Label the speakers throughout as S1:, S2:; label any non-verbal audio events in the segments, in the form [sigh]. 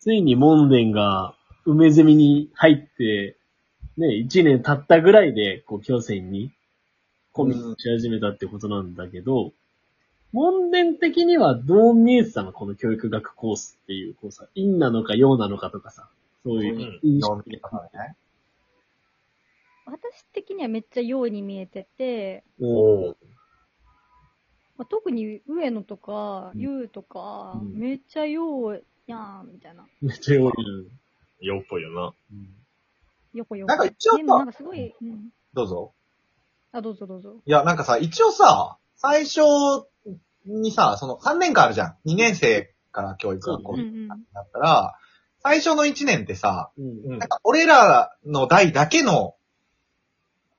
S1: ついに門殿が梅ゼミに入って、ね、一年経ったぐらいで、こう、京戦にコミットし始めたってことなんだけど、門殿的にはどう見えてたのこの教育学コースっていう、こうさ、陰なのか陽なのかとかさ、そういう
S2: うん
S1: 印
S2: ど
S1: 象
S2: う見えたのね。
S3: 私的にはめっちゃ陽に見えてて、
S1: おー
S3: まあ、特に上野とか、
S1: うん
S3: 優とか、
S1: うん
S3: めっちゃ陽やん、みたいな。
S1: めっちゃ陽気
S4: よっぽいよな。
S1: なの。
S3: よこよこ。
S2: なんか一応さ
S3: でもなんかすごい、うん。
S2: どうぞ。
S3: あ、どうぞどうぞ。
S2: いや、なんかさ、一応さ、最初にさ、その3年間あるじゃん。2年生から教育学校
S3: うんう
S2: に
S3: ん。
S2: なったら、最初の1年ってさ、
S1: うん。
S4: うん
S2: なんか俺らの代だけの、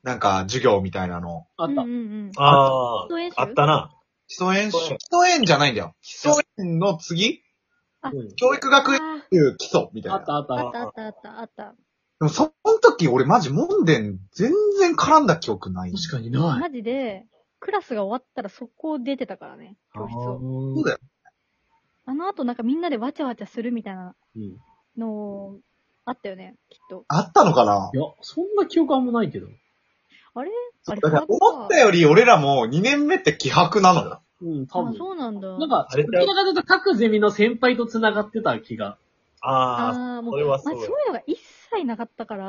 S2: なんか授業みたいなの。
S1: あった
S3: うん。うんうん。
S4: あ
S3: 基礎演習
S4: あ、あったな。
S2: 基礎演習
S4: そう
S2: 基礎演じゃないんだよ。基礎演の次
S1: うん
S2: 教育学園
S3: あ
S2: いう基礎みたい
S1: あ
S2: な。
S1: ったあった
S3: ー
S1: あ
S3: あ
S1: っ。
S3: ったたあったあったあった。
S2: でもその時俺マジ門殿全然絡んだ記憶ない。
S1: 確かにない。
S3: マジで、クラスが終わったら速攻出てたからね、教室を。
S2: そうだよ。
S3: あの後なんかみんなでわちゃわちゃするみたいな
S1: うん。い
S3: の、あったよね、きっと。
S2: あったのかな
S1: や、そんな記憶あんまないけど。
S3: あれ
S2: だから思ったより俺らも2年目って希薄なのよ。
S1: うん、多
S3: あ、
S1: 分。
S3: そうなんだ。
S1: なんか、
S4: あれ
S1: どちらかというと各ゼミの先輩と繋がってた気が。
S4: あ
S3: ああー、も、
S4: あ、そうれはそ
S3: まあ、そ
S4: う
S3: う
S4: や
S3: いう。のが一切なかったから、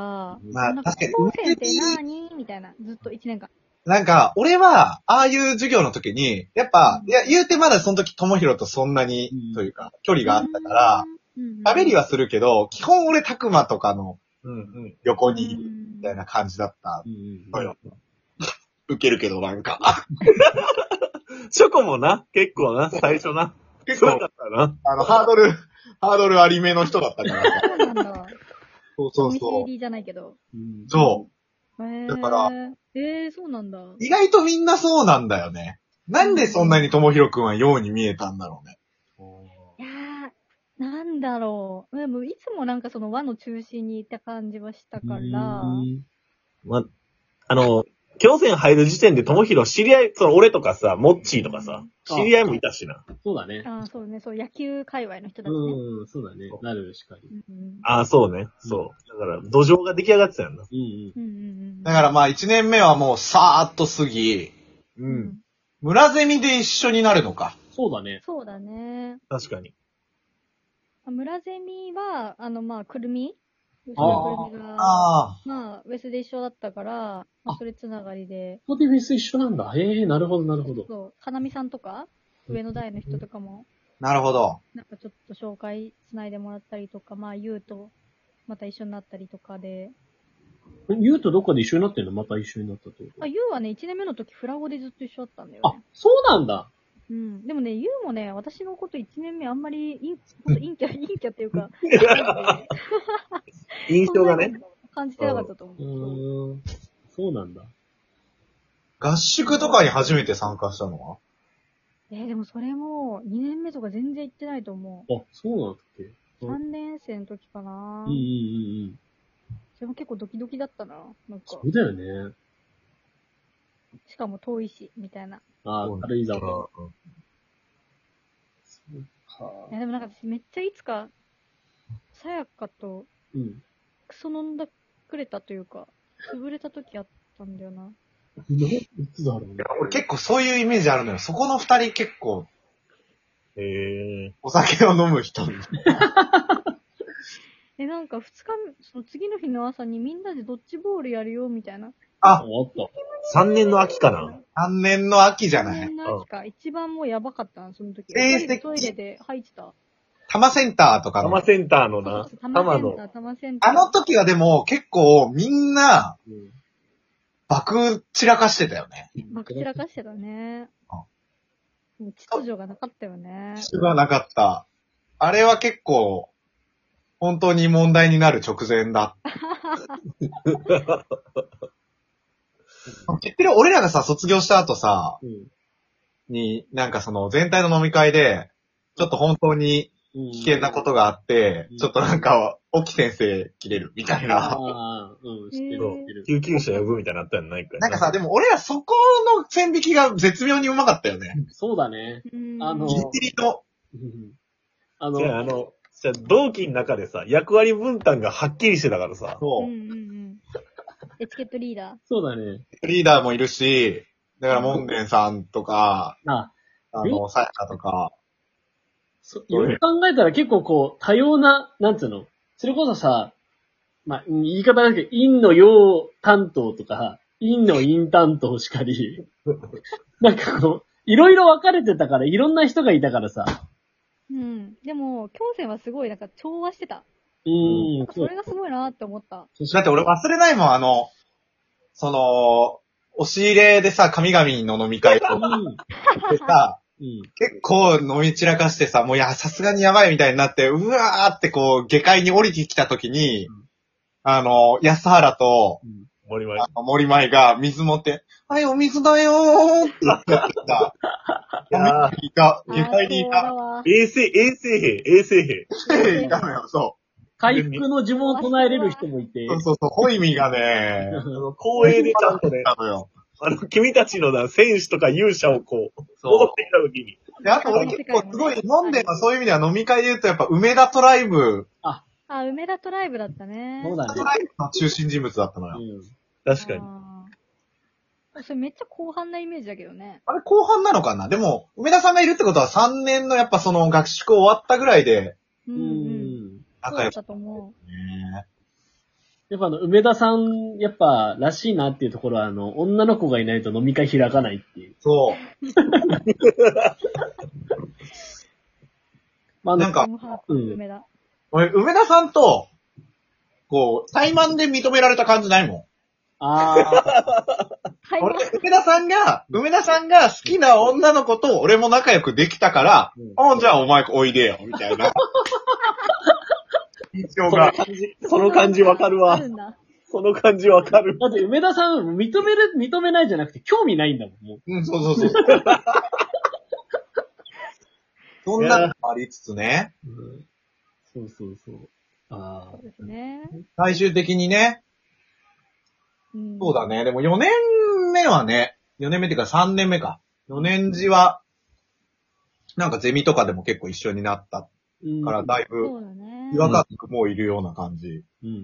S2: まあ
S3: なんか
S2: 確かに
S3: 高校生って何みたいな、ずっと一年間。
S2: なんか、俺は、ああいう授業の時に、やっぱ、いや、言うてまだその時、ともひろとそんなに
S1: うん、
S2: というか、距離があったから、
S3: うん、うん
S2: 喋りはするけど、基本俺、たくまとかの
S4: うんうん。
S2: 横にいる、みたい
S3: な。
S2: な感じだった
S1: うんうん
S2: のよ。受けるけど、なんか。
S4: チョコもな、結構な、最初な。
S2: 結
S4: すごか
S2: 構、
S4: ったな。
S2: あの、ハードル、ハードルありめの人だったから
S3: [laughs]
S2: さ。
S3: そうなんだ。
S2: そう
S3: コ
S2: そう
S3: ミ
S2: そう。
S3: ュニじゃないけど。
S1: うん。
S2: そう。
S3: へー
S2: だから。
S3: えー、そうなんだ。
S2: 意外とみんなそうなんだよね。なんでそんなにともひろくんはように見えたんだろうね。
S3: いやー、なんだろう。でも、いつもなんかその輪の中心にいた感じはしたから、
S1: うん
S4: ま、あの、京戦入る時点で、ともひろ知り合い、その俺とかさ、モッチーとかさ、知り合いもいたしな。
S1: そうだね。
S3: ああ、そうね、そう、野球界隈の人たちね。
S1: うん、そうだね。なるしかり。
S3: うんうん
S4: ああ、そうね。そう。だから、土壌が出来上がってたよな。
S1: うん
S3: うんうん
S2: だからまあ、1年目はもう、さーっと過ぎ、う
S3: うん
S2: ん。。村ゼミで一緒になるのか。
S1: うん。そうだね。
S3: そうだね。
S4: 確かに。
S3: 村ゼミは、あの、まあ、くるみ吉田
S1: あ
S3: くるみが、
S2: あ
S3: まあ、ウェスで一緒だったから、まあ、それつながりで、
S1: ポテフェス一緒なんだ。へえ、なるほど、なるほど。
S3: そう、花見さんとか、上の代の人とかも、
S2: あ、なるほど。
S3: なんかちょっと紹介つないでもらったりとか、まあ、ゆうと、また一緒になったりとかで、
S1: ユウとどっかで一緒になってんのまた一緒になったってこ
S3: まあ、ゆうはね、1年目の時、フラゴでずっと一緒だったんだよ
S1: と。あ
S3: ね。、
S1: そうなんだ。
S3: うん。でもね、ゆうもね、私のこと1年目あんまり、いんほんと陰キャ、 [laughs] 陰キャってい
S1: [laughs]
S3: うか、
S4: 印象がね。。
S3: 感じてなかったと思
S1: う
S3: う。
S1: ーん。そうなんだ。
S2: 合宿とかに初めて参加したのは
S3: えーでもそれも、2年目とか全然行ってないと思う。
S1: あ、そうなんだっけ。うん
S3: 3年生の時かな、
S1: うんうんうんうん。
S3: それも結構ドキドキだったな。なんか
S1: そ、うだよね。
S3: しかも遠いし、みたいな。
S1: あ
S4: そう
S1: ー、
S4: ね
S1: 軽井
S4: う
S1: 沢。
S4: ん
S3: いや、でもなんか私めっちゃいつか、さやかと
S1: うん。
S3: クソ飲んだくれたというか、潰れた時あったんだよな。
S1: ないつだろうね。
S2: 俺結構そういうイメージあるのよ。そこの二人結構
S4: へえ。
S2: お酒を飲む人。
S3: え、なんか二日目、その次の日の朝にみんなでドッジボールやるよ、みたいな。
S1: あ、あ
S2: あ、
S1: った。
S4: 3年の秋かな。
S2: 3年の秋じゃない。
S3: みんな秋か、一番もうやばかったな、その時。
S2: えー
S3: 二人でトイレで入ってた。
S2: 多摩センターとか
S4: 多摩
S2: の。
S4: センターの
S3: そう
S4: な
S3: そう、
S4: 多
S3: 多摩
S4: 摩
S3: センター、
S4: の。
S3: 多摩センター。
S2: あの時はでも結構みんな
S1: うん
S2: 爆散らかしてたよね。
S3: まく散らかしてたね
S2: あ。
S3: もう秩序がなかったよね。
S2: 知らなかった。あれは結構本当に問題になる直前だ。知ってる俺らがさ、卒業した後さ、
S1: うん。
S2: に、なんかその全体の飲み会で、ちょっと本当に
S1: うん
S2: 危険なことがあって、
S1: うん
S2: ちょっとなんか、沖先生切れるみたいな。
S1: ああ、うん、知ってる
S3: へー
S1: 知ってる。
S4: 救急車呼ぶみたいなのあったやんないかい
S2: なんかさ、でも俺らそこの線引きが絶妙にうまかったよね。
S1: そうだね。 [laughs]
S3: うん
S1: あの
S2: ギリギリの。
S1: うんあ
S4: じゃあ、
S1: の、
S4: あの、じゃあ同期の中でさ、役割分担がはっきりしてたからさ。
S3: うんう
S2: そ
S3: んうん。エチケットリーダー。
S1: そうだね。
S2: う。リーダーもいるし、だからモンデンさんとか、
S1: あ、
S2: あ
S1: え
S2: の、サヤカとか、
S1: そ
S4: そう
S1: よ
S4: ね
S1: く考えたら結構こう、多様な、なんつうの、それこそさ、まあ、うん言い方だけど、陰の陽担当とか、陰の陰担当しか [laughs] り、なんかこう、いろいろ分かれてたから、いろんな人がいたからさ。
S3: うん。でも、京戦はすごい、なんか調和してた。
S1: うーん、そ
S3: そうれ。がすごいなって思った。
S2: だって俺忘れないもん、あの、その、押し入れでさ、神々の飲み会と
S1: う
S2: か
S1: ん。
S2: で
S4: [laughs]
S2: さ、
S1: うん。
S2: 結構飲み散らかしてさ、もういや、さすがにやばいみたいになって、うわーってこう、下界に降りてきた時に、
S1: うん
S2: あの、安原と、
S1: うん
S4: 森前
S2: あ。の森舞が水持って、はい、お水だよーって言ってさ、
S4: [laughs] いやー
S2: いた、
S3: あ
S2: 下
S3: ー
S2: 界に
S3: そ
S2: いうた、
S3: だわ。
S4: 衛生、衛生兵、衛生
S2: [laughs]
S4: 兵。
S2: いたのよ、そ
S1: 回復の呪文を唱えれる人もいて
S2: う。、
S1: [laughs]
S2: そうそうそう、ホイミがね、
S4: あの、光栄でちゃんと
S2: [laughs]
S4: ね
S2: い、たのよ。
S4: あの、君たちのな、戦士とか勇者をこう、戻ってきた時に、
S2: で、あと俺結構すごい、飲んではそういう意味では飲み会で言うとやっぱ梅田トライブ、
S3: あ、梅田トライブだったね。
S1: そうだ
S2: ト
S1: ね。
S2: ライブの中心人物だったの
S1: う
S2: よ。
S1: ん。
S4: 確かに。
S3: に。それめっちゃ後半なイメージだけどね。
S2: あれ後半なのかなでも、梅田さんがいるってことは3年のやっぱその学宿終わったぐらいで
S1: う
S3: う
S1: ん
S3: うん。
S1: ん。
S3: そう
S2: 仲
S3: だ
S2: 良
S3: っ
S2: くね。
S3: たと思う。
S1: やっぱあの、梅田さん、やっぱ、らしいなっていうところは、あの、女の子がいないと飲み会開かないっていう。
S2: そ
S1: まあ、
S2: う。なんか、
S3: トムハーク
S1: うん
S3: 梅田。
S2: 俺、梅田さんと、こう、対マンで認められた感じないもん。
S1: あ
S3: はい。
S2: 俺、梅田さんが、梅田さんが好きな女の子と俺も仲良くできたから、
S1: うん
S2: あじゃあお前おいでよ、みたい [laughs] な。印象
S4: そ
S2: が
S4: の。感じ、その感じわかる
S3: あ
S4: わ
S3: る。んだ。
S4: その感じわかる
S1: あ。。だって、梅田さん、認める、認めないじゃなくて、興味ないんだもん、もう。
S2: うん、そうそうそ
S3: [laughs]
S2: う。そんなのもありつつね、
S1: そうそうそう。ああ
S3: そう。ですね。
S2: 最終的にね、
S3: うん
S2: そうだ。ね、でも4年目はね、4年目っていうか3年目か。4年時は、なんかゼミとかでも結構一緒になった
S1: うん
S2: から、だいぶ
S3: そうだね。
S2: 違和感なくもういるような感じ。
S1: う
S3: うん
S1: ん
S3: うん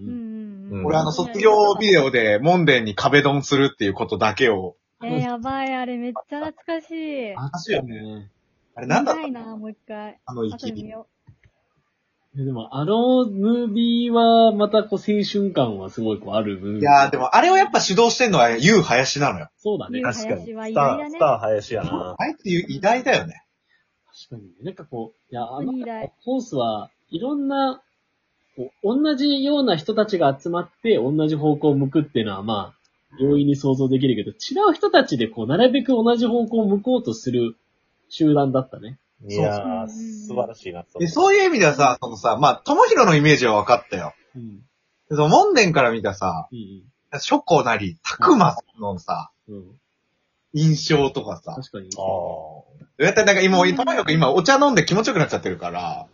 S3: うん。
S4: うん
S2: 俺あの卒業ビデオで門殿に壁ドンするっていうことだけを。
S3: えー、やばい、あれめっちゃ懐かしい。
S1: あ
S2: 話よね。
S1: ね。
S2: あれなんだっ
S3: 見
S2: た
S3: たいな、もう一回。
S2: あの
S3: あ
S2: 息
S3: とで見
S2: に。
S3: よ
S1: いやでも、あのムービーは、またこう、青春感はすごいこう、あるムービー。
S2: いやーでもあれをやっぱ指導してんのはユウ林なのよ。
S1: そうだ
S3: う。
S1: ね。
S3: ゆう
S1: 確
S4: 確かに
S3: 林は偉
S4: ス
S3: 大
S4: タ
S3: だ
S4: ー、
S3: ね
S4: スタ。ー林やな。
S2: あいつ偉大だよね。
S1: かに。なんかこう、いや、あの
S3: いいライン、
S1: コースはいろんな、こう同じような人たちが集まって、同じ方向を向くっていうのは、まあ、容易に想像できるけど、違う人たちでこう、なるべく同じ方向を向こうとする集団だったね。
S4: いや
S3: そう
S4: ー、
S3: そう
S4: 素晴らしいな。そ
S2: で、そういう意味ではさ、そのさ、まあ、ともひろのイメージは分かったよ。
S1: うん。
S2: でその、門殿から見たさ、
S1: い
S2: ショコなり、たくまのさ、
S1: うん。うん。
S2: 印象とかさ。
S1: 確かに。
S4: あー
S2: だいたいなんか今、ともひろくん今お茶飲んで気持ちよくなっちゃってるから。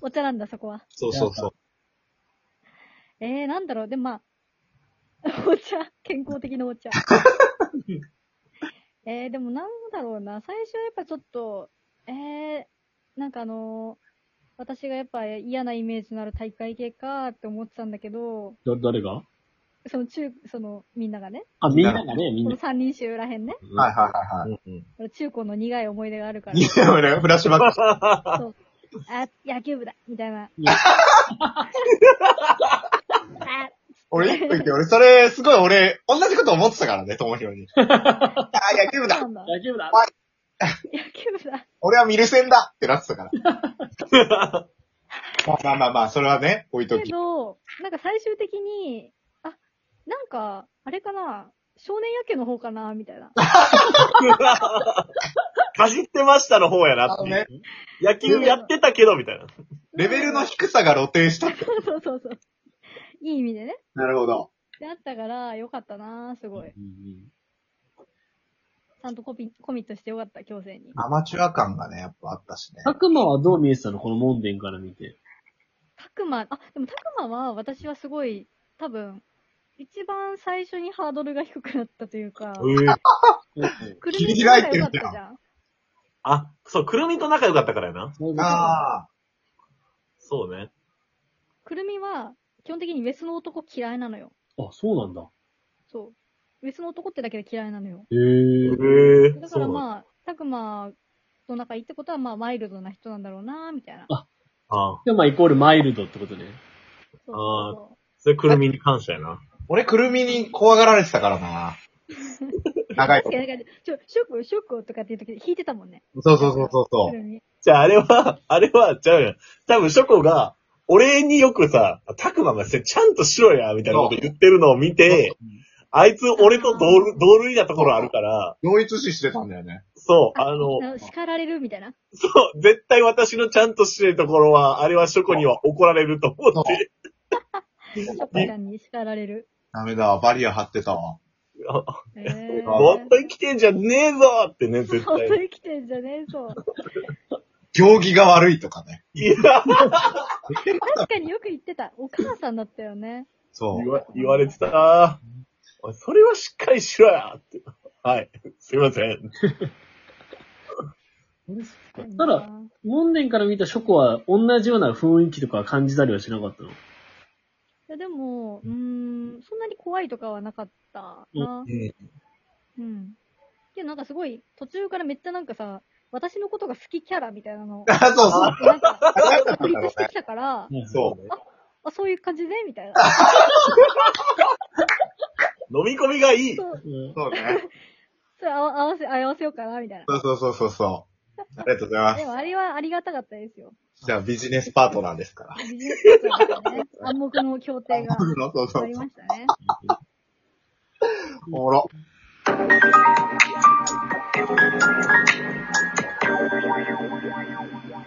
S3: お茶なんだ、そこは。
S2: そうそうそう。
S3: えー、なんだろう、でもまあ、お茶、健康的なお
S4: [laughs]
S3: 茶。えー、でもなんだろうな、最初はやっぱちょっと、えー、なんかあのー私がやっぱ嫌なイメージのある大会系かって思ってたんだけど、
S1: ど、誰が
S3: その中、そのみんながね、
S1: あ、みんながね、みん
S3: こ
S1: な
S3: の。三人衆らへんね、
S2: はい
S1: い。
S2: はいはいは
S4: うんうん
S3: 中高の苦い思い出があるから
S2: い。い、や、俺、フラッシュバック。
S3: あ、野球部だみたいな。 [laughs]
S1: うん
S3: あ、
S2: 俺、一個言って、俺、それ、すごい俺、同じこと思ってたからね、ともひろに。ああ、野球部
S3: そう
S2: だ
S3: なんだ。
S1: 大丈夫だ。
S3: 野球部だ。
S2: 俺はミルセンだってなってたから。まあまあまあまあ、それはね、置いと
S3: け
S2: き。
S3: ど、なんか最終的に、あ、なんか、あれかな、少年野球の方かな、みた
S2: [laughs]
S3: いな。
S4: [laughs] かじってましたの方やな
S2: あ
S4: って
S2: の
S4: いう
S2: ね。、
S4: 野球やってたけど、みたいな。
S2: レベルの低さが露呈したって。
S3: そうそうそうそう。いい意味でね。
S2: なるほど。
S3: であったから、よかったなすごい。ちゃんとコピコミットしてよかった、強制に。
S2: アマチュア感がね、やっぱあったしね。
S1: たくまはどう見えてたのこの門殿から見て。
S3: たくま、あ、でもたくまは私はすごい、多分、一番最初にハードルが低くなったというか、
S4: え
S1: うん
S3: くる
S2: 切
S3: み
S2: り
S3: ち
S2: 開
S3: ゃん
S2: い
S3: が
S2: て
S3: 良
S2: る
S3: か
S2: じゃ
S3: っ
S2: ん
S3: たじゃん。
S4: あ、そう、くるみと仲良かったからやな。
S1: そういうこと
S2: ああ。
S4: そうね。
S3: くるみは、基本的にウェスの男嫌いなのよ。
S1: あ、そうなんだ。
S3: そう。ウェスの男ってだけで嫌いなのよ。
S1: へえ。
S4: へ
S3: だからまあ、たくまと仲いいってことは、まあ、マイルドな人なんだろうな、みたいな。
S4: あ。ああ。
S1: で、まあ、イコールマイルドってことね。
S3: そうそ
S4: それくるみに感謝やな。
S2: 俺、くるみに怖がられてたから
S3: [laughs]
S2: な。長
S3: う
S2: い
S3: そう。確。かに、なんか、ちょ、ショック、ショックとかっていう時で弾いてたもんね。
S2: そうそうそうそうそ
S3: く
S2: う。
S3: るみ
S4: じゃあ、あれは、あれは、ちゃうやん。多分、ショコが、俺によくさ、たくまがせ、ちゃんとしろや、みたいなこと言ってるのを見て、あいつ、俺と同類同類なところあるから、
S2: 同一視してたんだよね。
S4: そう、あ
S3: [laughs]
S4: の、
S3: あ叱られるみたいな。
S4: そう、絶対私のちゃんとしてるところは、あれはショコには怒られると思って、
S3: ショックちゃんに叱られる。
S2: ダメだわ、バリア張ってたわ。
S4: あ
S3: えー、
S4: 本当に来てんじゃねえぞってね、絶
S3: 本当
S4: 対。
S3: に来てんじゃねえぞ。
S2: 行儀が悪いとかね。
S4: いや、
S3: 確かによく言ってた。お母さんだったよね。
S2: そ
S4: 言
S2: う。
S4: わ言われてたなおいそれはしっかりしろやって。はい。すいません。。
S1: ただ、門年から見たショコは同じような雰囲気とか感じたりはしなかったの。
S3: いやでも、うーん、そんなに怖いとかはなかったな。うん。けどなんかすごい、途中からめっちゃなんかさ、私のことが好きキャラみたいなのを、
S2: あ、そうそう。 [laughs]
S3: なんか、確立してきたから、
S2: そう
S3: あ、そういう感じねみたいな。
S4: 飲み込みがいい。
S3: そう、
S1: うん
S2: そうね。
S3: それ合わ合わせ、合わせようかなみたいな。
S2: そうそうそうそうそう。ありがとうございま。
S3: ですもあれはありがたかったですよ。
S2: じゃあ、ビジネスパートナーですから。
S3: ビジネスパートナーですね。暗黙の協定が
S2: そうそうそ
S3: あ
S2: う
S3: り
S2: そ
S3: ま
S2: う。
S3: したね。
S2: おもろ。